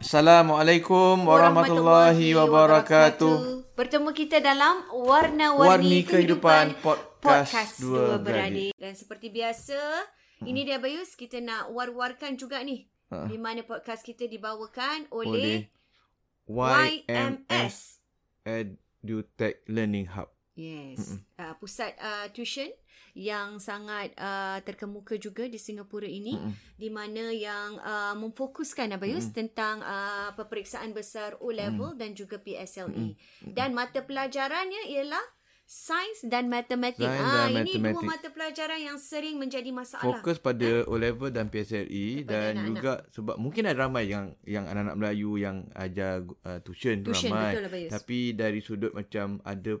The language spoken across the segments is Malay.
Assalamualaikum warahmatullahi wabarakatuh. Bertemu kita dalam Warni Warna-Warni Kehidupan Kehidupan, Podcast Dua Beradik. Dan seperti biasa, ini dia Bayus, kita nak war-warkan juga ni. Ha. Di mana podcast kita dibawakan Oleh oleh, YMS YMS. EduTech Learning Hub. Yes, uh, pusat uh, tuition yang sangat uh, terkemuka juga di Singapura ini Mm-mm. di mana yang uh, memfokuskan Abayus tentang uh, peperiksaan besar Mm. O-level dan juga PSLE. E. Dan mata pelajarannya ialah sains dan matematik. Sains ah dan ini matematik. dua mata pelajaran yang sering menjadi masalah. Fokus pada O-level dan Kepada PSLE E dan anak-anak. juga sebab mungkin ada ramai yang yang anak-anak Melayu yang ajar uh, tuition, tu Tuition, ramai. betul lah, Bayus. Tapi dari sudut macam ada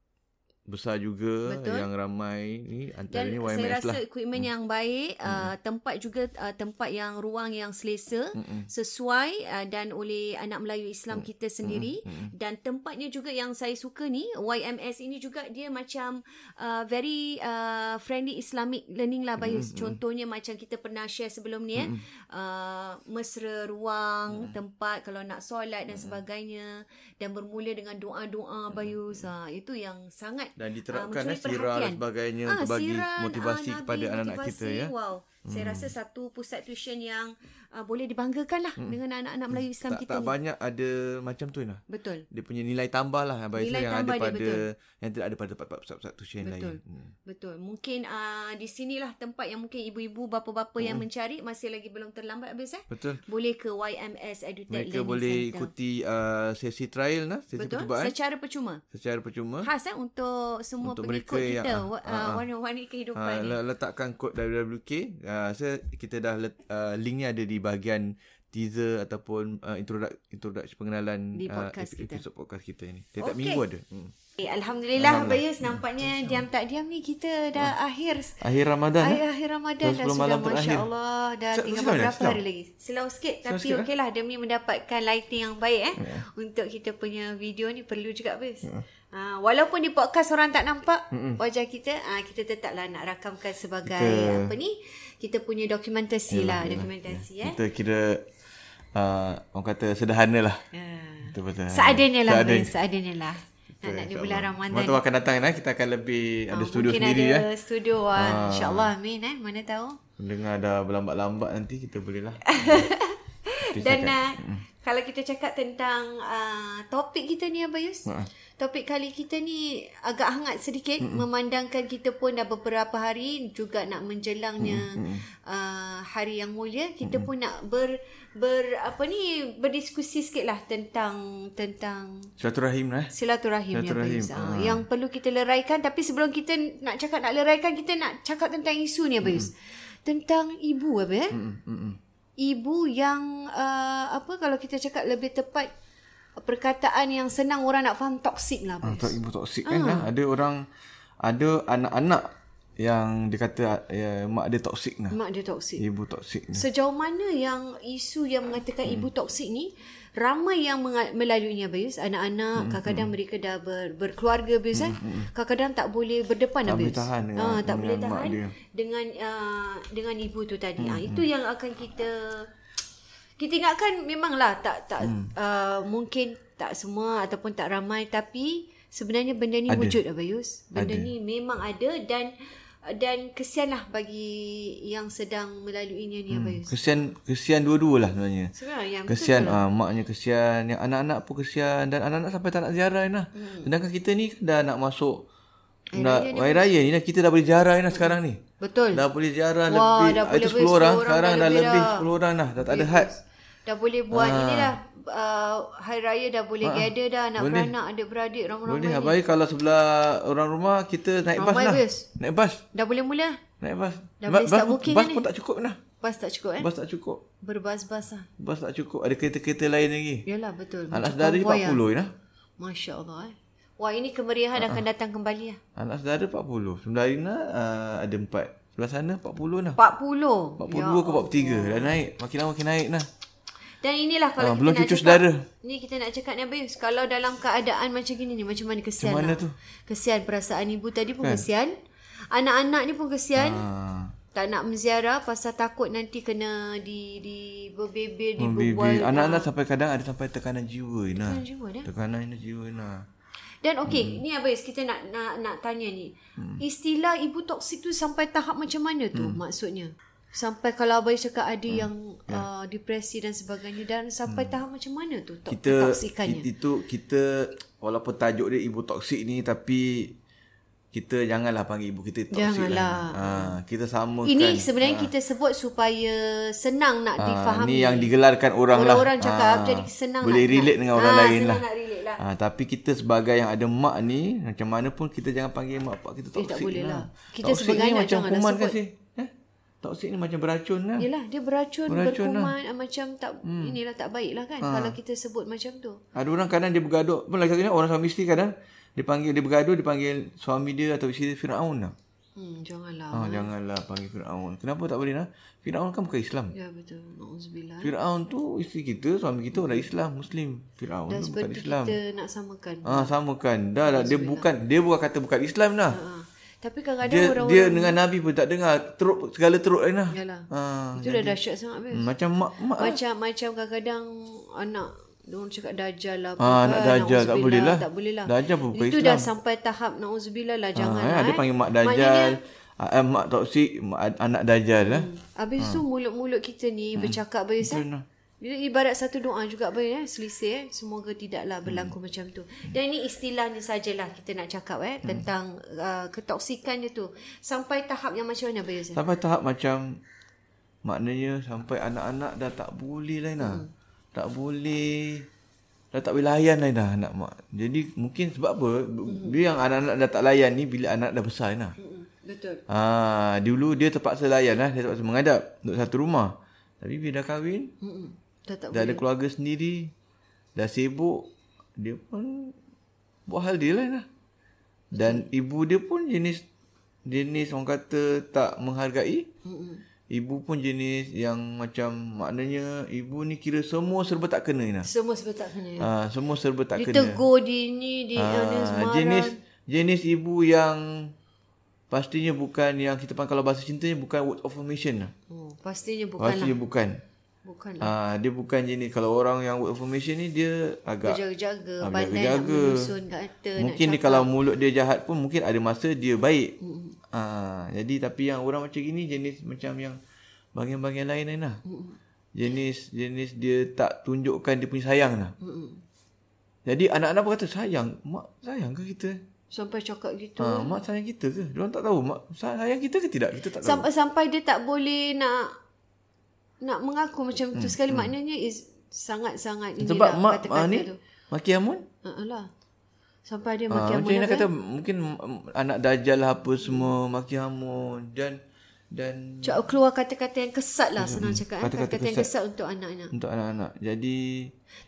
besar juga Betul. yang ramai ni Dan antaranya saya YMS rasa lah. equipment yang baik, uh, tempat juga uh, tempat yang ruang yang selesa, Mm-mm. sesuai uh, dan oleh anak Melayu Hmm. Islam kita sendiri Mm-mm. dan tempatnya juga yang saya suka ni YMS ini juga dia macam uh, very uh, friendly Islamic learning lah Hmm, Bayus. Contohnya macam kita pernah share sebelum ni eh uh, mesra ruang, Hmm. tempat kalau nak solat dan sebagainya dan bermula dengan Hmm. doa-doa Bayus. Ha, itu yang sangat Dan diterapkan Ah, uh, mencuri sirah dan perhatian. sebagainya untuk bagi motivasi ah, kepada bagi anak-anak kita motivasi. ya. Wow. Saya rasa satu pusat tuition yang uh, boleh dibanggakan lah dengan anak-anak Melayu Islam Hmm. Tak, kita tak ni. banyak ada macam tu lah. Betul. Dia punya nilai tambah lah Abang Izzul, Nilai yang ada tambah dia, pada betul. yang tidak ada pada tempat-tempat pusat-pusat tuition Betul. lain. Hmm. Betul. Mungkin uh, di sinilah tempat yang mungkin ibu-ibu, bapa-bapa yang Hmm. mencari masih lagi belum terlambat habis eh. Betul. Boleh ke YMS Edutech Mereka Learning boleh Centre. ikuti uh, sesi trial lah, sesi Betul. percubaan Secara percuma. secara percuma. Khas eh untuk semua Untuk pengikut mereka yang- kita ah, wa- uh, ah, ah. warna-warni kehidupan Ha, ni. le- letakkan kod WWK. Uh, saya kita dah let, uh, link ni ada di bahagian teaser ataupun uh, introduction introduction pengenalan Di ah, podcast ep- kita. episod podcast kita ni. Setiap Okey. minggu ada. Hmm. Eh, Alhamdulillah, Bayus nampaknya diam tak diam ni kita Ah. dah akhir Akhir Ramadan. Ay, eh? akhir Ramadan Dah dah sebelum sudah malam Masya terakhir. Allah Dah Sel- tinggal selau dah, beberapa selau. hari lagi Selau sikit Tapi sikit, eh? Ya. okey lah Demi mendapatkan lighting yang baik eh Untuk kita punya video ni Perlu juga bes Ah, walaupun di podcast orang tak nampak Mm-mm. wajah kita, ah, kita tetaplah nak rakamkan sebagai Kita- apa ni? Kita punya dokumentasi lah, dokumentasi eh. Kita kira uh, orang kata sederhana lah. Ah. Betul betul. Seadanya lah, Bes, seadanya lah. Nak nak di bulan Ramadan. Waktu akan datang lah kita akan lebih ada Ah, studio mungkin sendiri ada eh. studio ah. Insya-Allah amin eh. Mana tahu. Mendengar dah berlambat-lambat nanti kita boleh lah. Kita Dan cakap. Hmm. uh, kalau kita cakap tentang uh, topik kita ni Abayus. Ha. Hmm. Topik kali kita ni agak hangat sedikit memandangkan kita pun dah beberapa hari juga nak menjelangnya Hmm. uh, hari yang mulia kita pun nak ber ber apa ni berdiskusi sikit lah tentang tentang Silaturahim lah. eh. silaturahim, Silaturahim, silaturahim. Ya, ah. ha. yang perlu kita leraikan tapi sebelum kita nak cakap nak leraikan kita nak cakap tentang isu ni Abayus. Tentang ibu apa eh? Mm, mm, mm. ibu yang uh, apa kalau kita cakap lebih tepat perkataan yang senang orang nak faham toksik lah. Ah, Bes. tak ibu toksik kan. Ada orang ada anak-anak yang dia kata ya, mak dia toksik lah. Mak dia toksik. Ibu toksik ni. Sejauh mana yang isu yang mengatakan Mm. ibu toksik ni ramai yang menga- melaluinya Abayus anak-anak kadang-kadang mereka dah ber- berkeluarga Abayus kan kadang-kadang tak boleh berdepan tak boleh tahan dengan- tak boleh dengan mak tahan dia. dengan uh, dengan ibu tu tadi Hmm, ah itu yang akan kita kita ingatkan memanglah tak tak Hmm. uh, mungkin tak semua ataupun tak ramai tapi sebenarnya benda ni Ada. wujud Abayus benda Ada. ni memang ada dan dan kesianlah bagi yang sedang melaluinya Hmm. ni Abayus Kesian kesian dua-dua lah sebenarnya. Sebenarnya yang Kesian betul lah. ah, maknya kesian, yang anak-anak pun kesian dan anak-anak sampai tak nak ziarah ni lah. Hmm. Sedangkan kita ni kan dah nak masuk nak hari raya ni dah kita dah boleh ziarah ni lah sekarang ni. Betul. Dah boleh ziarah Hmm. Wah, lebih dah ah, boleh itu 10 orang, 10 orang, sekarang dah dah lebih lebih dah. 10 orang dah. Dah tak ada had. Dah boleh buat Ah. ha. inilah uh, hari raya dah boleh ha. gather dah anak Boleh. beranak adik beradik ramai-ramai. Boleh abai kalau sebelah orang rumah kita naik bas Ramai lah. bus. Naik bas. Dah boleh mula. Naik bas. Dah Ba- boleh bas, start booking bas dah pun ni. tak cukup lah. Bas tak cukup eh? Bas tak cukup. Berbas-bas lah. Bas tak cukup. Ada kereta-kereta lain lagi. Yalah betul. Macam Anak saudara konvoi lah. 40 lah. Masya Allah eh. Wah ini Ah, kemeriahan akan datang kembali lah. Anak saudara 40. Sebelah Rina uh, ada 4. Sebelah sana 40 lah. 40. 42 ke 43 dah naik. Makin lama makin naik lah. Dan inilah kalau Ah, kita belum nak cucu cakap, saudara. Ni kita nak cakap ni Abayus. Kalau dalam keadaan macam gini ni macam mana kesian Macam mana lah. tu? Kesian perasaan ibu tadi pun kan? kesian. Anak-anak ni pun kesian. Ah, tak nak menziarah pasal takut nanti kena di di berbebel di baby. berbual Anak-anak lah sampai kadang ada sampai tekanan jiwa ni lah. jiwa dah. Tekanan jiwa ni lah. Dan okey, hmm. ni Abis kita nak nak nak tanya ni. Hmm. Istilah ibu toksik tu sampai tahap macam mana tu hmm. maksudnya? Sampai kalau Abis cakap ada hmm. yang uh, Ya. depresi dan sebagainya dan sampai hmm. tahap macam mana tu to- kita toksikannya? kita- itu kita walaupun tajuk dia ibu toksik ni tapi kita janganlah panggil ibu kita toksik Janganlah. lah. Ha, kita samakan. Ini sebenarnya kita sebut supaya senang nak ha, difahami. Ah. ni yang digelarkan orang lah. Orang-orang cakap, Ah, jadi senang Boleh nak- relate nak- dengan orang ah, lain senang lah. nak relate lah. Ah, tapi kita sebagai yang ada mak ni macam mana pun kita jangan panggil mak pak kita Eh, toksik. tak boleh lah. Kita Toksik sebagai ni anak macam janganlah kuman kan sebut. Ya. sih. Eh? Toksik ni macam beracun lah. Yelah dia beracun, Beracun beracun lah. Ah. berkuman lah. macam tak hmm. inilah tak baik lah kan kalau kita sebut macam tu. Ada orang kadang dia bergaduh. Pun lagi satunya orang suami isteri kadang dia panggil dia bergaduh dia panggil suami dia atau isteri dia Firaun lah. Hmm janganlah. Ah, janganlah panggil Firaun. Kenapa tak boleh lah? Firaun kan bukan Islam. Ya betul. Nauzubillah. Firaun tu isteri kita, suami kita orang Islam, Muslim. Firaun Dan tu bukan seperti Islam. kita nak samakan. Ha. Ah, sama kan. Dah lah dia bukan dia bukan kata bukan Islam lah. Ah. Tapi kadang-kadang Dia orang dia dengan nabi pun tak dengar teruk segala teruk lain lah. Yalah. Ha, itu dah dahsyat sangat Bil. hmm, macam mak mak Macam macam kadang-kadang anak Diorang cakap dajal lah apa Ah, kan, nak dajjal, tak na'udzubillah, boleh lah. Tak boleh lah Dajjal pun bukan Itu Islam. dah sampai tahap Nauzubillah lah ha, Jangan eh, lah ada eh. panggil mak Maknanya, dajal, ah, eh, mak toksik, mak, anak dajal lah. Habis tu mulut-mulut kita ni Hmm. bercakap Bayus Betul eh? lah. Dia ibarat satu doa juga Bayus eh? Selisih eh? Semoga Hmm. tidaklah berlaku macam tu Dan ini istilahnya sajalah kita nak cakap eh? Hmm. Tentang uh, ketoksikan dia tu Sampai tahap yang macam mana Bayus eh? Sampai tahap macam maknanya sampai anak-anak dah tak boleh lain lah. Hmm. Tak boleh dah tak boleh layan lain dah anak mak. Jadi mungkin sebab apa hmm. dia yang anak-anak dah tak layan ni bila anak dah besar ni lah. Mm-mm, Betul Ah, dulu dia terpaksa layan lah, dia terpaksa mengadap untuk satu rumah. Tapi bila dah kahwin, Mm-mm. Dah tak dah ada keluarga sendiri, dah sibuk, dia pun buat hal dia lain lah. Dan ibu dia pun jenis jenis orang kata tak menghargai. Mm-mm. Ibu pun jenis yang macam maknanya ibu ni kira semua serba tak kena Ina. Semua sebab tak kena Ah, semua serba tak kena. Ditegur di ni Di Ah, uh, jenis jenis ibu yang pastinya bukan yang kita panggil kalau bahasa cintanya bukan word of affirmation lah. oh, Pastinya bukan lah Pastinya bukan. Bukan lah Ah, dia bukan jenis kalau orang yang word of affirmation ni dia Dia agak jaga-jaga Ah, Pandai nak jaga-jaga. menyusun kata nak mungkin dia cakap. kalau mulut dia jahat pun mungkin ada masa dia baik. Ah, jadi tapi yang orang macam gini jenis macam yang bahagian-bahagian lain lain lah. Jenis jenis dia tak tunjukkan dia punya sayang lah. Mm-mm. Jadi anak-anak pun kata sayang, mak sayang ke kita? Sampai cakap gitu Ha, mak sayang kita ke? Dia tak tahu mak sa- sayang kita ke tidak? Kita tak tahu. sampai sampai dia tak boleh nak nak mengaku macam tu sekali maknanya is sangat-sangat inilah Hmm, Sebab mak kata-kata ah, ni tu. Maki Amun Ha lah. Sampai dia Ah, makin macam Ina kata mungkin mm, anak dajal lah apa semua Maki Amun dan dan Cak keluar kata-kata yang kesat lah senang cakap. eh. Hmm, Kata-kata Kata-kata yang kesat untuk anak-anak. untuk anak-anak. Jadi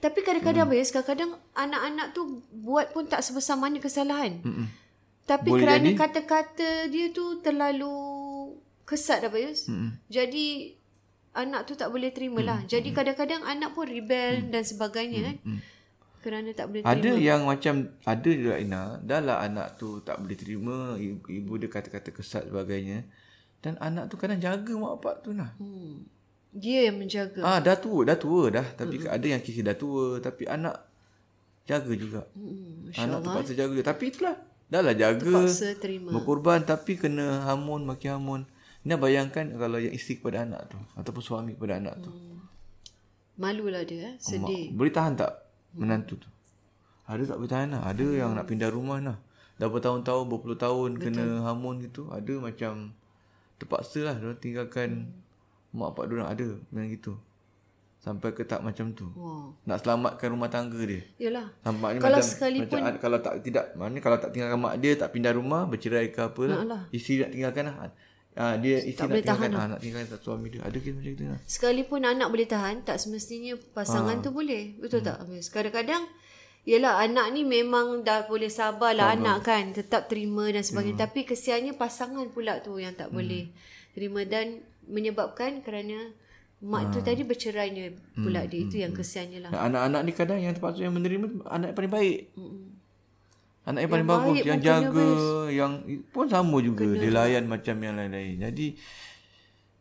Tapi kadang-kadang hmm. kadang-kadang anak-anak tu buat pun tak sebesar mana kesalahan. Hmm. Tapi Boleh kerana jadi. kata-kata dia tu terlalu kesat dah Bayus. Hmm. Jadi anak tu tak boleh terima lah. Jadi kadang-kadang anak pun rebel hmm. dan sebagainya kan. Hmm. Kerana tak boleh terima. Ada yang macam ada juga Ina, dah lah anak tu tak boleh terima, ibu, ibu dia kata-kata kesat sebagainya. Dan anak tu kadang jaga mak bapak tu lah. Hmm. Dia yang menjaga. Ah, dah tua, dah tua dah. Tapi Hmm. mm-hmm. ada yang kisi dah tua, tapi anak jaga juga. Hmm. anak terpaksa jaga juga. Tapi itulah, dah lah jaga. Terpaksa terima. Berkorban tapi kena hamun, makin hamun. Ina bayangkan kalau yang isteri kepada anak tu ataupun suami kepada anak tu. Malulah dia. Eh? Sedih. Mak, boleh tahan tak menantu tu? Ada tak boleh tahan lah. Ada yang nak pindah rumah lah. Dah bertahun-tahun, berpuluh tahun Betul. kena hamun gitu. Ada macam terpaksa lah dia tinggalkan hmm. mak pak dia ada macam gitu. Sampai ke tak macam tu. Wow. Nak selamatkan rumah tangga dia. Yelah. Nampaknya Kalau macam, sekalipun- macam, kalau tak tidak mana kalau tak tinggalkan mak dia tak pindah rumah bercerai ke apa lah. Alah. Isteri nak tinggalkan lah. Ah, dia isteri Tak nak boleh tahan tinggalkan ah, nak tinggalkan tak suami dia. Ada kes macam tu lah. Sekalipun anak boleh tahan, tak semestinya Ah. pasangan tu boleh. Betul Hmm. tak? Habis kadang-kadang Yelah anak ni memang dah boleh sabar lah anak kan tetap terima dan sebagainya Hmm. tapi kesiannya pasangan pula tu yang tak boleh terima dan menyebabkan kerana mak Ah. tu tadi bercerainya Hmm. pula dia itu yang kesiannya lah Dan anak-anak ni kadang yang terpaksa yang menerima tu anak yang paling baik. Anak yang paling Yang bagus, baik yang pun kena jaga, yang pun sama juga dia layan macam yang lain-lain. Jadi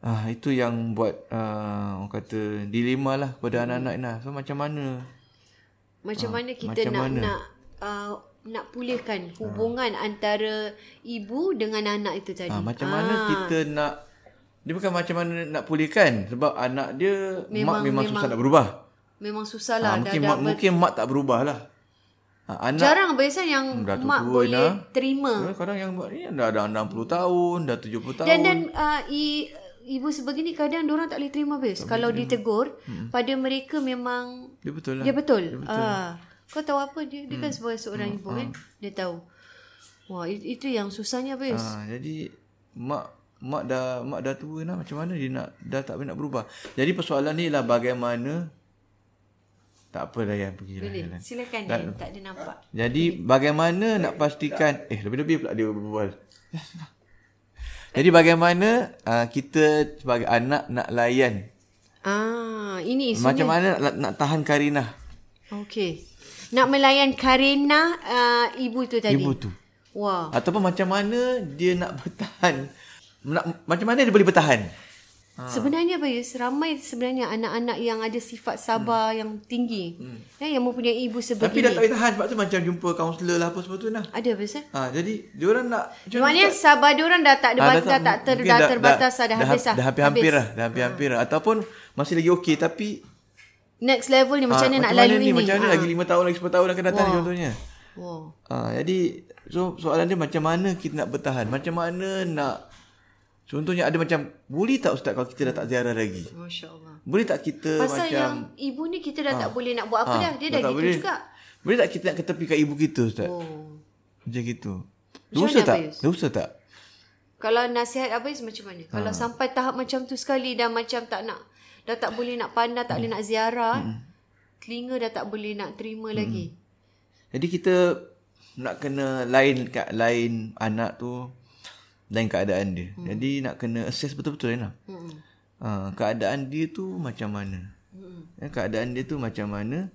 ah itu yang buat ah, orang kata dilema lah pada anak-anak ni. lah. So macam mana? Macam mana kita Ah. macam nak mana? Ah. nak uh, nak pulihkan hubungan antara ibu dengan anak itu tadi. Ah macam mana kita nak dia bukan macam mana nak pulihkan sebab anak dia Memang- memang, mak memang, memang susah nak berubah. Memang susah lah Ah dah, mungkin dah mak mungkin mak tak berubah lah. Ah, anak Jarang biasanya yang dah tua mak dah. boleh terima. Eh, Kadang yang buat ni dah dah 60 tahun, dah 70 tahun. Dan dan uh, i, ibu sebegini kadang orang tak boleh terima bes. Kalau ditegur pada mereka memang dia betul Mm. Ah. lah. dia betul. Dia betul. Ah, kau tahu apa dia dia kan sebagai seorang ibu kan. Dia tahu. Wah, i- itu yang susahnya bes. Ha, jadi mak mak dah mak dah tua lah macam mana dia nak dah tak boleh nak berubah. Jadi persoalan ni lah bagaimana tak apa lah yang pergi lah. Boleh, Yalan. silakan dia tak ada nampak. Jadi bagaimana nak pastikan eh lebih-lebih pula dia berbual. Jadi bagaimana uh, kita sebagai anak nak layan? Ah, ini isu Macam mana nak, nak tahan Karina? Okey. Nak melayan Karina uh, ibu tu tadi. Ibu tu. Wah. Ataupun macam mana dia nak bertahan? Nak, macam mana dia boleh bertahan? Ah. Ha. Sebenarnya Bayus, ramai sebenarnya anak-anak yang ada sifat sabar hmm. yang tinggi. Hmm. Ya, yang mempunyai ibu Tapi dah sebegini. tak boleh tahan sebab tu macam jumpa kaunselor lah apa semua tu nah. Ada Bayus eh? Ha, jadi diorang nak macam mana Maknanya sabar diorang dah tak ada Ah, dah, dah tak ter, mungkin dah, terbatas dah, dah, dah habis Ha. dah. dah. Dah hampir-hampir lah. Dah hampir-hampir lah. Ataupun masih lagi okey tapi Next level ni macam ah, mana nak mana lalui ni? ni? Ha. Macam mana Ah. lagi 5 tahun lagi 10 tahun akan datang Wah. ni contohnya. Wah. Ha, jadi so soalan dia macam mana kita nak bertahan? Macam mana nak Contohnya ada macam boleh tak ustaz kalau kita dah tak ziarah lagi? Masya-Allah. Boleh tak kita Pasal macam yang ibu ni kita dah tak boleh nak buat apa Ah, dah. Dia dah tak gitu boleh. juga. Boleh tak kita nak ketepikan ibu kita ustaz? Oh. Macam gitu. Macam Dosa mana, tak? Faiz? Dosa tak? Kalau nasihat Abang Is macam mana? Ha. Ah. Kalau sampai tahap macam tu sekali dah macam tak nak dah tak boleh nak pandang, tak boleh nak ziarah, hmm. telinga dah tak boleh nak terima hmm. lagi. Jadi kita nak kena lain kat lain anak tu lain keadaan dia. Hmm. Jadi nak kena assess betul-betul kan. Hmm. Ha, keadaan dia tu macam mana? Hmm. Keadaan dia tu macam mana?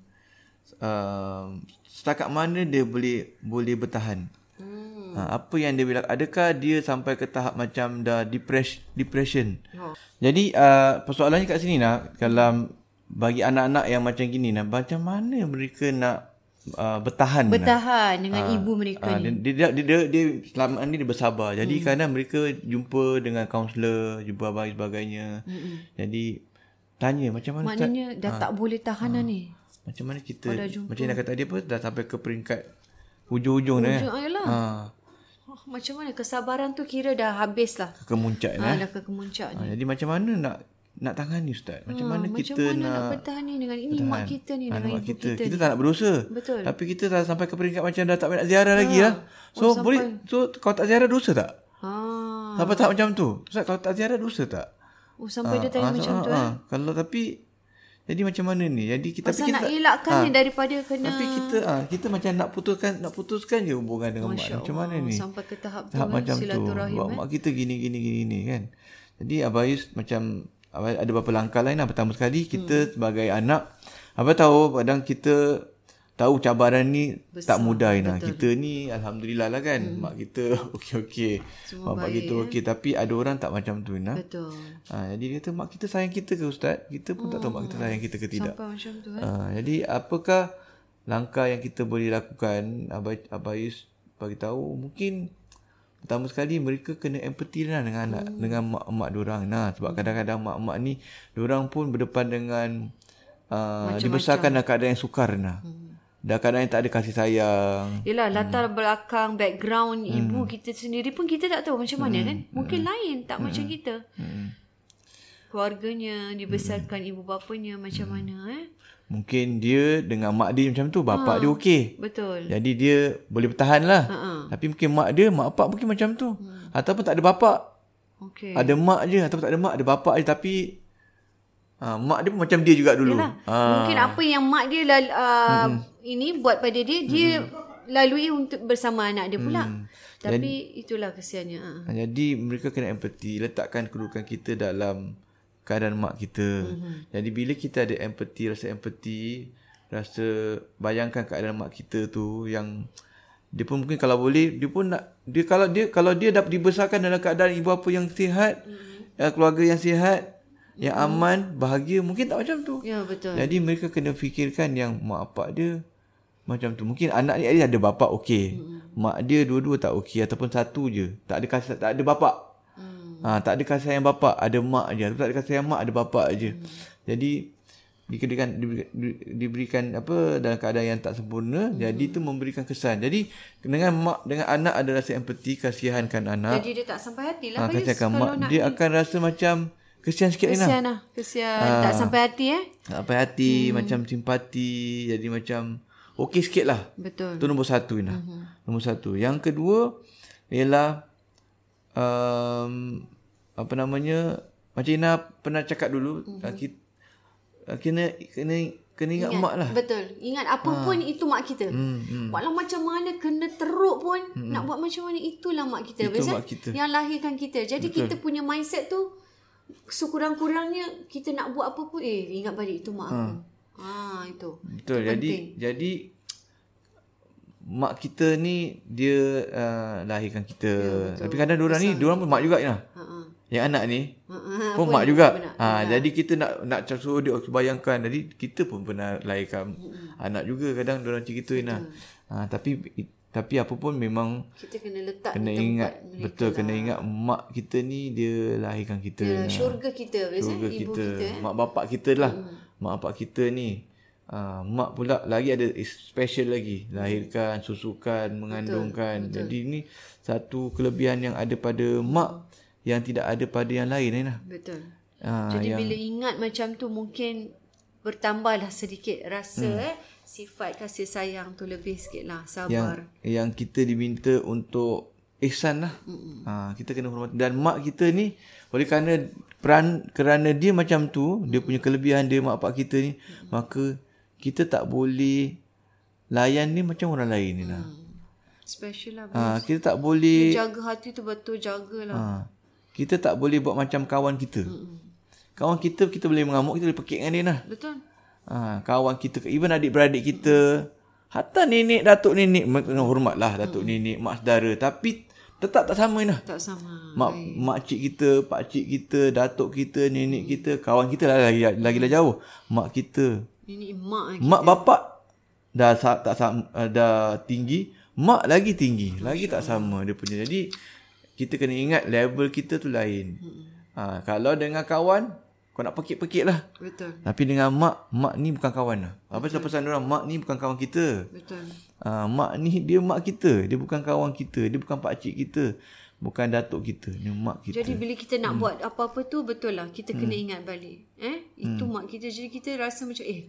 Uh, setakat mana dia boleh boleh bertahan? Hmm. Ha, apa yang dia bilang adakah dia sampai ke tahap macam dah depress depression? Oh. Jadi uh, persoalannya kat sini nak dalam bagi anak-anak yang macam gini nak macam mana mereka nak uh, bertahan nak? Bertahan dengan ha. ibu mereka Ah, ha. ni. dia, dia, dia, dia, dia, dia selama ni dia bersabar. Jadi hmm. kadang mereka jumpa dengan kaunselor, jumpa abang sebagainya. Hmm. Jadi tanya macam ah. mana Ustaz? Maknanya dah ha. tak boleh tahan ha. ni. macam mana kita macam yang dah kata dia apa dah sampai ke peringkat hujung-hujung dah. Tunjuk Ya, ayolah. Ha, Oh, macam mana kesabaran tu kira dah habis lah. ke muncak Ha, dah. dah ke kemuncak Ha, ni. jadi macam mana nak nak tangani ustaz? Macam Ha, mana macam kita mana nak nak bertahan ni dengan ini mak kita ni Ha, dengan ibu nampak kita. kita. kita tak nak berdosa. Betul. Tapi kita dah sampai ke peringkat macam dah tak boleh nak ziarah lagi lah. So boleh so kau tak ziarah dosa tak? Ha. Sampai tak macam tu. Ustaz kalau tak ziarah dosa tak? Ah, Oh sampai dia tanya macam tu. ha. Kalau tapi Jadi macam mana ni? Jadi Pasal kita tapi kita nak tak- elakkan ha. ah, daripada kena Tapi kita ah kita macam nak putuskan nak putuskan je hubungan dengan Masya mak. Macam Allah, mana ni? Ah. sampai ke tahap tu, tahap eh, macam tu. silaturahim, Buat eh. mak kita gini gini gini ni kan. Jadi Abayus macam Abang ada beberapa langkah lain lah. Pertama sekali kita hmm. sebagai anak apa tahu kadang kita tahu cabaran ni Besar, tak mudah Ina. Kita ni alhamdulillah lah kan. Hmm. Mak kita okey-okey. Mak mak kita eh. okey tapi ada orang tak macam tu Ina. betul. Ha, jadi dia kata mak kita sayang kita ke ustaz? Kita pun tak tahu mak kita sayang kita ke tidak. Sampai macam tu. Eh? Ha, jadi apakah langkah yang kita boleh lakukan Abah Abah Yus bagi tahu mungkin pertama sekali mereka kena empathy lah dengan anak dengan mak-mak diorang nah sebab kadang-kadang mak-mak ni diorang pun berdepan dengan uh, dibesarkan dalam keadaan yang sukar nah. Dah keadaan yang tak ada kasih sayang. Yelah Hmm. latar belakang Background ibu kita sendiri pun Kita tak tahu macam Hmm. mana kan Mungkin lain Tak macam kita Keluarganya Hmm. Dibesarkan ibu bapanya Macam mana eh Mungkin dia dengan mak dia macam tu, bapak dia okey. Betul Jadi dia boleh bertahan lah. Tapi mungkin mak dia, mak bapak mungkin macam tu. Ataupun tak ada bapak. Okay Ada mak je ataupun tak ada mak, ada bapak je tapi ha, mak dia pun macam dia juga dulu. Ha, Mungkin apa yang mak dia lal, uh, Ini buat pada dia Dia Lalui untuk bersama anak dia pula Mm. Tapi itulah kesiannya ha. jadi mereka kena empathy, letakkan kedudukan kita dalam keadaan mak kita. Jadi bila kita ada empathy, rasa empathy, rasa bayangkan keadaan mak kita tu yang dia pun mungkin kalau boleh dia pun nak dia kalau dia kalau dia dapat dibesarkan dalam keadaan ibu bapa yang sihat, mm keluarga yang sihat, yang aman, bahagia, mungkin tak macam tu. Ya betul Jadi mereka kena fikirkan yang mak bapak dia macam tu. Mungkin anak dia, dia ada bapak okey. Hmm. Mak dia dua-dua tak okey ataupun satu je. Tak ada kasih tak ada bapak. Hmm. Ha, tak ada kasih sayang bapak, ada mak je. Ataupun tak ada kasih sayang mak, ada bapak je. Hmm. Jadi diberikan, diberikan diberikan apa dalam keadaan yang tak sempurna, hmm. jadi itu memberikan kesan. Jadi dengan mak dengan anak ada rasa empati, kasihankan anak. Jadi dia tak sampai hati lah Ha, Bayus kasihankan Kalau mak, nak dia akan rasa macam kesian sikit Aina. Kesian lah Kesian Ah. Tak sampai hati eh Tak payah hati, hmm. macam simpati, jadi macam okey sikit lah. Betul Itu nombor satu Ina. Hmm. Nombor satu. Yang kedua ialah um, apa namanya macam Ina pernah cakap dulu hmm. kita, kena kena kena ingat, ingat. mak lah. Betul. Ingat apa Ah. ha. pun itu mak kita. Hmm, hmm. Walau macam mana kena teruk pun hmm, nak buat macam mana itulah mak kita. Itu Betul mak kita. Yang lahirkan kita. Jadi Betul. kita punya mindset tu sekurang-kurangnya kita nak buat apa pun eh ingat balik itu mak ha. aku. Ha Ah. itu. Betul. Jadi jadi mak kita ni dia uh, lahirkan kita. Ya, Tapi kadang diorang ni diorang pun mak juga Ina. Ha ha. Yang anak ni Ha, ha. Ah, pun mak juga. Ha, jadi kita nak nak suruh dia okey, bayangkan. Jadi kita pun pernah lahirkan hmm. anak juga kadang dia orang cerita Ina. Ha, tapi tapi apa pun memang Kita kena letak kena di tempat ingat mereka betul lah. kena ingat mak kita ni dia lahirkan kita. Ya, Ina. syurga kita biasanya Keluarga ibu kita, eh. kita. kita mak bapak kita lah. Hmm. Mak bapak kita ni Uh, mak pula lagi ada special lagi lahirkan susukan mengandungkan betul, betul. jadi ni satu kelebihan yang ada pada mak yang tidak ada pada yang lain eh, Ina. Betul. Ha, Jadi bila ingat macam tu mungkin bertambahlah sedikit rasa hmm. eh sifat kasih sayang tu lebih sikit lah sabar. yang yang kita diminta untuk ihsan lah. Ha, kita kena hormati dan mak kita ni oleh kerana peran kerana dia macam tu, dia punya kelebihan dia mak pak kita ni, maka kita tak boleh layan dia macam orang lain ni lah. Special lah. Ha. Ha, kita tak boleh Jaga hati tu betul jagalah. ha, kita tak boleh buat macam kawan kita. Kawan kita kita boleh mengamuk, kita boleh pekik dengan dia lah. Betul. Ha, kawan kita, even adik-beradik kita, hatta nenek, datuk nenek, mak- kena hormatlah datuk hmm. nenek, mak saudara. Tapi tetap tak sama lah. Tak sama. Mak mak cik kita, pak cik kita, datuk kita, nenek kita, kawan kita lah lagi lagi lah jauh. Mak kita, Ini mak eh. mak bapak dah sa- tak sama, uh, dah tinggi, mak lagi tinggi, lagi tak sama dia punya. Jadi kita kena ingat level kita tu lain. Ha, kalau dengan kawan, kau nak pekik-pekik lah. Betul. Tapi dengan mak, mak ni bukan kawan lah. Apa salah pesan orang mak ni bukan kawan kita. Betul. Ha, mak ni dia mak kita, dia bukan kawan kita, dia bukan pak cik kita, bukan datuk kita, dia mak kita. Jadi bila kita Hmm. nak buat apa-apa tu betul lah kita kena ingat balik. Eh itu Hmm. mak kita jadi kita rasa macam eh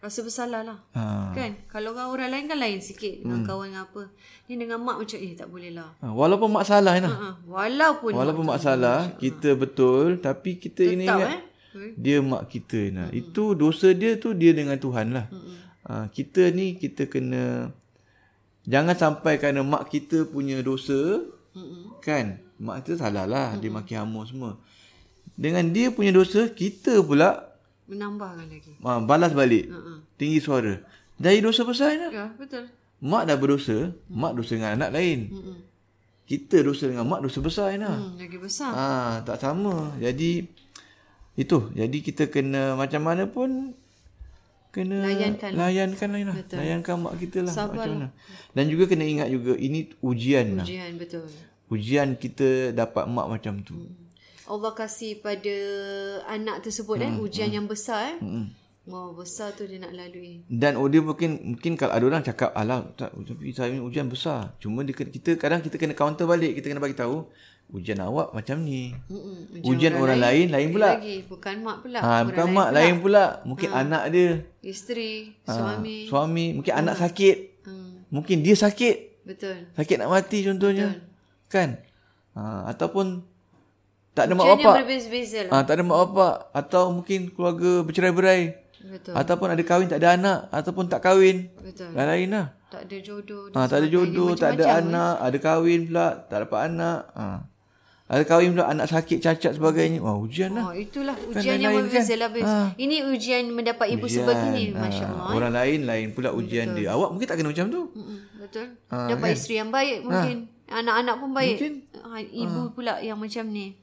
rasa bersalah lah. Ha. Hmm. Kan? Kalau dengan orang lain kan lain sikit dengan kawan dengan apa. Ni dengan mak macam eh tak boleh lah. Ha, walaupun mak salah nah. Ha, walaupun Walaupun mak salah, kita betul tapi kita ini Tetap, ingat eh? Dia mak kita Aina. Itu dosa dia tu dia dengan Tuhan lah. Ha, kita ni kita kena jangan sampai kerana mak kita punya dosa kan mak kita salah lah dia maki hama semua. Dengan dia punya dosa kita pula Menambahkan lagi. ha, balas balik. Tinggi suara. Jadi dosa besar Aina. Ya, betul. Mak dah berdosa, mak dosa dengan anak lain. Kita dosa dengan mak dosa besar lah. Aina. Hmm, lagi besar. Ah, tak sama. Jadi itu. Jadi kita kena macam mana pun kena Layankan. layankan lain lah. Layankan mak kita lah Sabar macam mana. Dan juga kena ingat juga ini ujian lah. Ujian, betul. Ujian kita dapat mak macam tu. Allah kasih pada anak tersebut eh hmm. ujian yang besar eh. Hmm. Wah, besar tu dia nak lalui. Dan oh, dia mungkin mungkin kalau ada orang cakap alah tak, tapi saya ni ujian besar. Cuma dia, kena- kita kadang kita kena counter balik, kita kena bagi tahu ujian awak macam ni. Mm-mm. Ujian orang lain, lain pula. Hmm, Lagi bukan mak pula. Ah, bukan mak lain pula. Ah. Mungkin anak dia, Isteri, ah, suami. suami, mungkin anak sakit. Hmm, Mungkin dia sakit. betul. Sakit nak mati contohnya. Betul. Kan? Ha, ataupun tak ada Ujian mak yang bapak. berbeza-beza lah. Ha, tak ada mak bapak. Atau mungkin keluarga bercerai-berai. Betul. Ataupun ada kahwin tak ada anak. Ataupun tak kahwin. Betul. Lain lain lah. Tak ada jodoh. Ha, tak ada jodoh, tak ada macam-macam, anak. Ada kahwin pula, tak dapat anak. Ha. Ada kahwin pula, anak sakit, cacat sebagainya. Wah, hujan lah. Oh, itulah ujian yang lain-lain berbeza lah. Bez. Ah. Ini ujian mendapat ibu Ujian. sebegini. Ha, Masya Allah. eh. Orang lain lain pula ujian dia. Awak mungkin tak kena macam tu. Mm-mm, Betul. Ah, dapat kan? isteri yang baik mungkin. Anak-anak pun baik. Ha, ibu Ah. pula yang macam ni.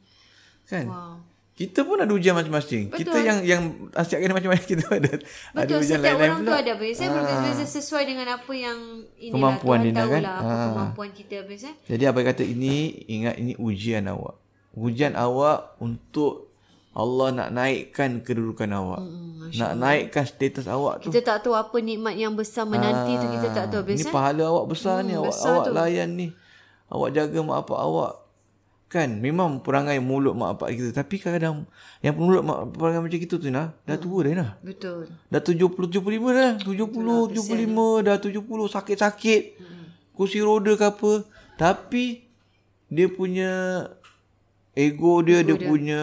Kan? Wow. Kita pun ada ujian masing-masing. Kita yang yang asyik kena macam-macam kita ada. ada Betul. ujian Setiap lain-lain orang pula. Ah. tu ada Bez. Eh? Berbeza-beza sesuai dengan apa yang inilah. Kemampuan Tuhan dia nak, tahulah kan? apa Ah. kemampuan kita Bez. Eh? Jadi apa kata ini ingat ini ujian awak. Ujian awak untuk Allah nak naikkan kedudukan awak. Hmm, Mm, nak naikkan status awak tu. Kita tak tahu apa nikmat yang besar menanti tu kita tak tahu Bez. Ini Eh? pahala awak besar ni awak besar awak tu. layan ni. Awak jaga mak apa awak. Kan memang perangai mulut mak apa kita tapi kadang yang mulut mak perangai macam gitu tu nah Hmm. dah tua dah nah. Betul. Dah 70 75 dah. 70 75 dah 70 sakit-sakit. Hmm. Kursi roda ke apa. Tapi dia punya ego dia, dia, punya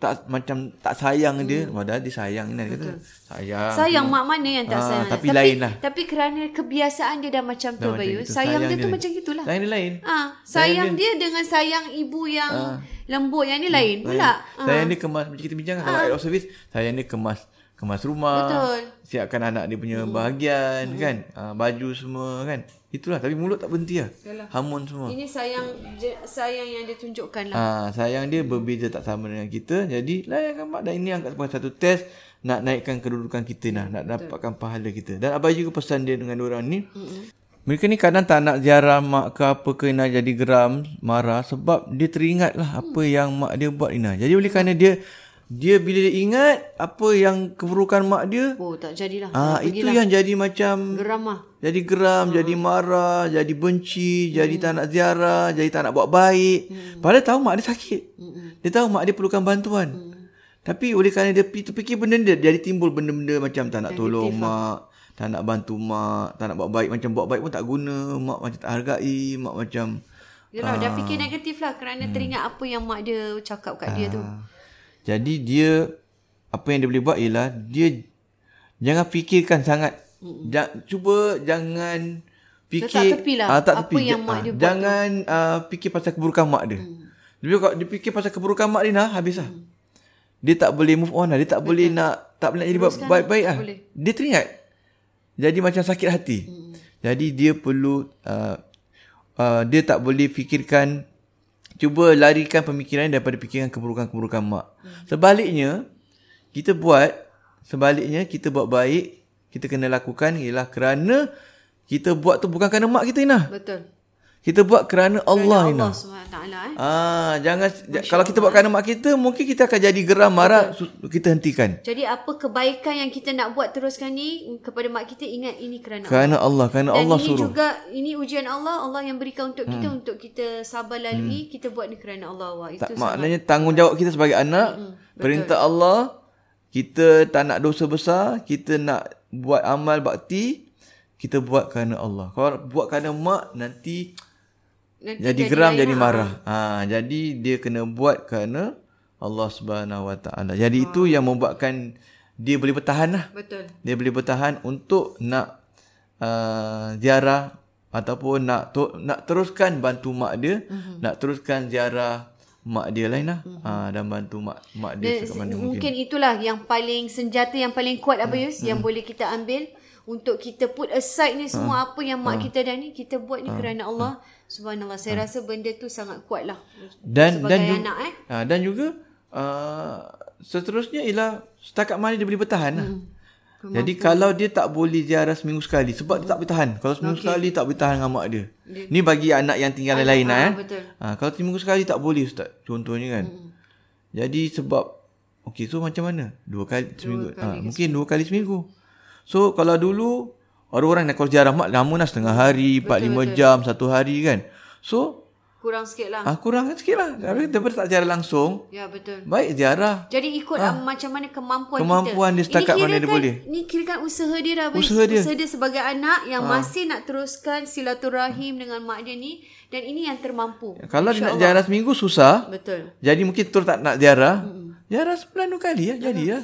tak macam tak sayang dia. Hmm. Padahal dia sayang ni dia kata. Sayang. Sayang mak mana yang tak Ah, sayang tapi lain lah. Tapi kerana kebiasaan dia dah macam tu macam Bayu gitu. Sayang, dia Sayang tu dia. macam gitulah Sayang Ah. dia lain. ha, Sayang dia dengan sayang ibu yang lembut Yang ni Hmm, lain pula Sayang, sayang dia kemas macam kita bincang kalau out of service, sayang dia kemas kemas rumah. Ah. Betul. Hmm. Siapkan anak dia punya bahagian kan. Ah, baju semua kan. Itulah tapi mulut tak berhenti lah. Hamun semua. Ini sayang je- sayang yang dia tunjukkan lah Ah, sayang dia berbeza tak sama dengan kita. Jadi layankan mak dan ini angkat sebagai satu test nak naikkan kedudukan kita nah, nak dapatkan pahala kita. Dan apa juga pesan dia dengan orang ni? Mereka ni kadang tak nak ziarah mak ke apa ke Ina jadi geram, marah sebab dia teringatlah apa yang mak dia buat Ina. Jadi oleh kerana dia dia bila dia ingat apa yang keburukan mak dia, Oh tak jadilah ah itu yang jadi macam Geram lah jadi geram, jadi marah, jadi benci, jadi tak nak ziarah, jadi tak nak buat baik. Padahal tahu mak dia sakit. Dia tahu mak dia perlukan bantuan. Tapi oleh kerana dia pi- terfikir benda dia, jadi timbul benda-benda macam tak nak tolong mak, tak nak bantu mak, tak nak buat baik. Macam buat baik pun tak guna, mak macam tak hargai, mak macam... Yalah, Ah. Dah fikir negatif lah Kerana Hmm. teringat apa yang mak dia cakap kat dia tu Ah. Jadi dia, apa yang dia boleh buat ialah, dia jangan fikirkan sangat. Ja, cuba jangan... Fikir, tepi lah Ah, tak apa tepi. yang Ja- mak ah, dia buat tu. Mm. Jangan uh, fikir pasal keburukan mak dia. Dia kalau dia fikir pasal keburukan mak dia nah habis lah. Dia tak boleh move on lah. Dia tak boleh nak tak boleh nak jadi buat baik-baik lah. Dia teringat. Jadi macam sakit hati. Jadi dia perlu uh, uh, dia tak boleh fikirkan cuba larikan pemikiran daripada fikiran keburukan-keburukan mak. Sebaliknya kita buat sebaliknya kita buat baik kita kena lakukan ialah kerana kita buat tu bukan kerana mak kita Inah. Betul Kita buat kerana Allah Allah Inah. SWT eh Ah, jangan ja- kalau kita buat kerana mak kita, mungkin kita akan jadi geram marah su- kita hentikan. Jadi apa kebaikan yang kita nak buat teruskan ni kepada mak kita ingat ini kerana Kerana Allah, kerana Dan Allah ini suruh. Hmm. juga ini ujian Allah Allah yang berikan untuk kita untuk kita sabar lalui kita buat ni kerana Allah Wah, itu tak, maknanya tanggungjawab kita sebagai anak, perintah Allah, kita tak nak dosa besar, kita nak buat amal bakti, kita buat kerana Allah. Kalau buat kerana mak nanti nanti kan? lah. Ya. Ah, jadi geram jadi marah. Ha, jadi dia kena buat kerana Allah Subhanahu Wa Taala. Jadi itu yang membuatkan dia boleh bertahan lah. Betul. Dia boleh bertahan untuk nak uh, ziarah ataupun nak to- nak teruskan bantu mak dia, mm-hmm. nak teruskan ziarah mak dia lain lah. Mm-hmm. Uh, dan bantu mak mak Dan dia dekat mana Hmm. mungkin. mungkin itulah yang paling senjata yang paling kuat apa Yus yang boleh kita ambil untuk kita put aside ni Hmm. semua apa yang mak kita dah ni kita buat ni kerana Allah subhanallah saya rasa benda tu sangat kuat lah Hmm. dan dan sebagai juga, anak, eh. ha, dan juga uh, seterusnya ialah setakat mana dia boleh bertahan lah. Jadi kalau dia tak boleh ziarah seminggu sekali sebab dia tak boleh tahan. Kalau seminggu okay. sekali tak boleh tahan dengan mak dia. dia Ni bagi anak yang tinggal lain-lain lah ah, eh. betul. Ha, kalau seminggu sekali tak boleh ustaz contohnya kan. Hmm. Jadi sebab okey so macam mana? Dua kali seminggu. Dua kali ha, mungkin dua kali seminggu. So kalau dulu orang-orang nak kalau ziarah mak lama lah setengah hari, 4 5 jam, satu hari kan. So kurang sikit lah Ah, kurang sikit lah. Tapi daripada tak ziarah langsung, ya betul baik ziarah. jadi ikut ha. macam mana kemampuan, Ah. Kemampuan kita. dia setakat Ini mana dia kirakan- boleh. Ni kirakan usaha dia dah. Abang. Usaha dia. Ah. Usaha dia sebagai anak yang masih nak teruskan silaturahim dengan mak dia ni. Dan ini yang termampu. Kalau dia nak ziarah seminggu, susah. Betul. Jadi mungkin terus tak nak ziarah. Ziarah sebulan dua kali ya, jadi ya.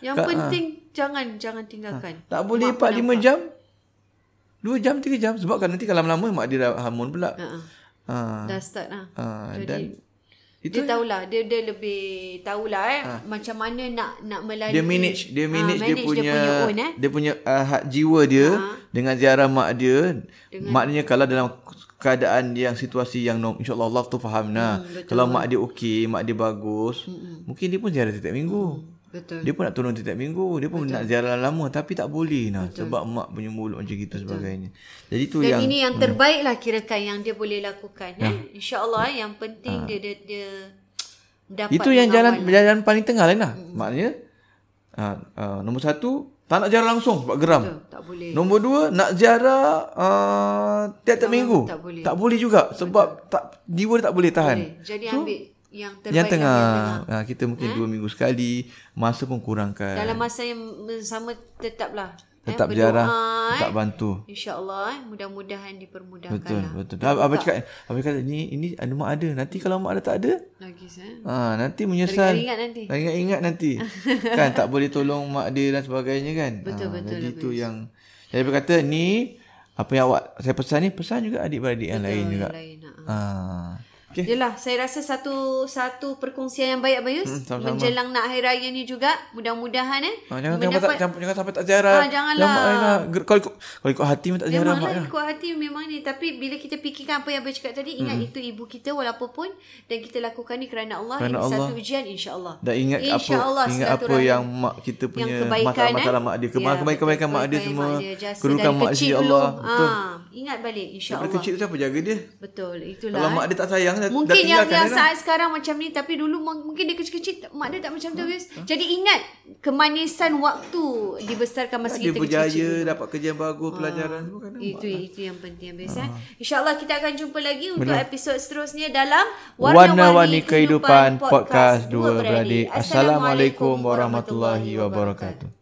Yang penting jangan jangan tinggalkan. Tak boleh empat lima jam. Dua jam, tiga jam. Sebab kan nanti kalau lama, mak dia dah hamun pula. Ha. Ha. Dah start lah. Ha. Dan Itu dia tahulah dia dia lebih tahulah eh ha. macam mana nak nak melalui Ah. dia manage Ah, dia manage, dia punya dia punya own eh. dia punya uh, hak jiwa dia dengan ziarah mak dia maknanya kalau dalam keadaan yang situasi yang norm insyaallah Allah tu faham nah hmm, kalau mak dia okey mak dia bagus hmm. mungkin dia pun ziarah setiap minggu Betul. dia pun nak turun setiap minggu dia pun Betul. nak ziarah lama tapi tak boleh nah Betul. sebab mak punya mulut macam kita sebagainya jadi tu Dan yang yang, Hmm. Ya. ini yang terbaik lah kirakan yang dia boleh lakukan eh. InsyaAllah eh, yang penting dia dia, dia dapat Ah. Hmm. Itu yang mengawal. jalan jalan paling tengah lain lah. Mm-hmm. Maknanya uh, uh, nombor satu tak nak ziarah langsung sebab geram. Betul, tak boleh. Nombor dua nak ziarah uh, tiap-tiap minggu. tak boleh. Tak boleh juga sebab tak jiwa dia tak boleh tahan. Boleh. Jadi so, ambil yang terbaik Yang tengah, lah, Ha, kita mungkin dua minggu sekali masa pun kurangkan. Dalam masa yang sama tetaplah eh, tetap ziarah, berdoa, tetap eh. bantu. InsyaAllah eh, mudah-mudahan dipermudahkan Betul, lah. betul. Ab- Abang cakap, abang cakap ni ini ada mak ada. Nanti kalau mak ada tak ada, Lagi eh. Ha, nanti menyesal. Teringat-ingat nanti. Ingat-ingat nanti. kan tak boleh tolong mak dia dan sebagainya kan. Betul, ha, betul, Jadi itu yang jadi dia kata ni apa yang awak saya pesan ni pesan juga adik-beradik yang lain juga. Lain nak. Ha. Okey. Yelah, saya rasa satu satu perkongsian yang baik Bayus Hmm, sama-sama. menjelang nak hari raya ni juga. Mudah-mudahan eh. Ha, jangan, jangan, tak, mendapat- jangan, jangan sampai tak ziarah. Ah, janganlah. Jangan mak Aina. Ger- Kalau ikut, kalau ikut hati pun tak ziarah mak Memanglah Aina. lah kuat hati memang ni Tapi bila kita fikirkan apa yang Abang cakap tadi Hmm. Ingat itu ibu kita walaupun pun Dan kita lakukan ni kerana Allah Kerana Ini Allah. satu ujian insyaAllah Dan ingat apa InsyaAllah, ingat apa silaturahim. yang mak kita punya kebaikan, eh. masalah-masalah mak dia, Ya, kebaikan kebaikan mak dia kebaikan semua, mak dia, jasa kedudukan dari mak kecil dia dulu. Allah. Ah, Betul. Ingat balik Daripada insyaAllah kecil tu siapa jaga dia? Betul itulah Kalau eh. mak dia tak sayang dah, dah Mungkin yang, tinggalkan yang dia lah. saat sekarang macam ni Tapi dulu mung- mungkin dia kecil-kecil tak- Mak dia tak macam tu Yus Jadi ingat Kemanisan waktu Dibesarkan masa Dia kita berjaya kecil-kecil dapat kerja yang bagus, pelajaran semua kan. itu itu yang penting biasa. Ah. Ha. InsyaAllah kita akan jumpa lagi untuk episod seterusnya dalam Warna-Warni Kehidupan Podcast Dua Beradik. Assalamualaikum warahmatullahi wabarakatuh.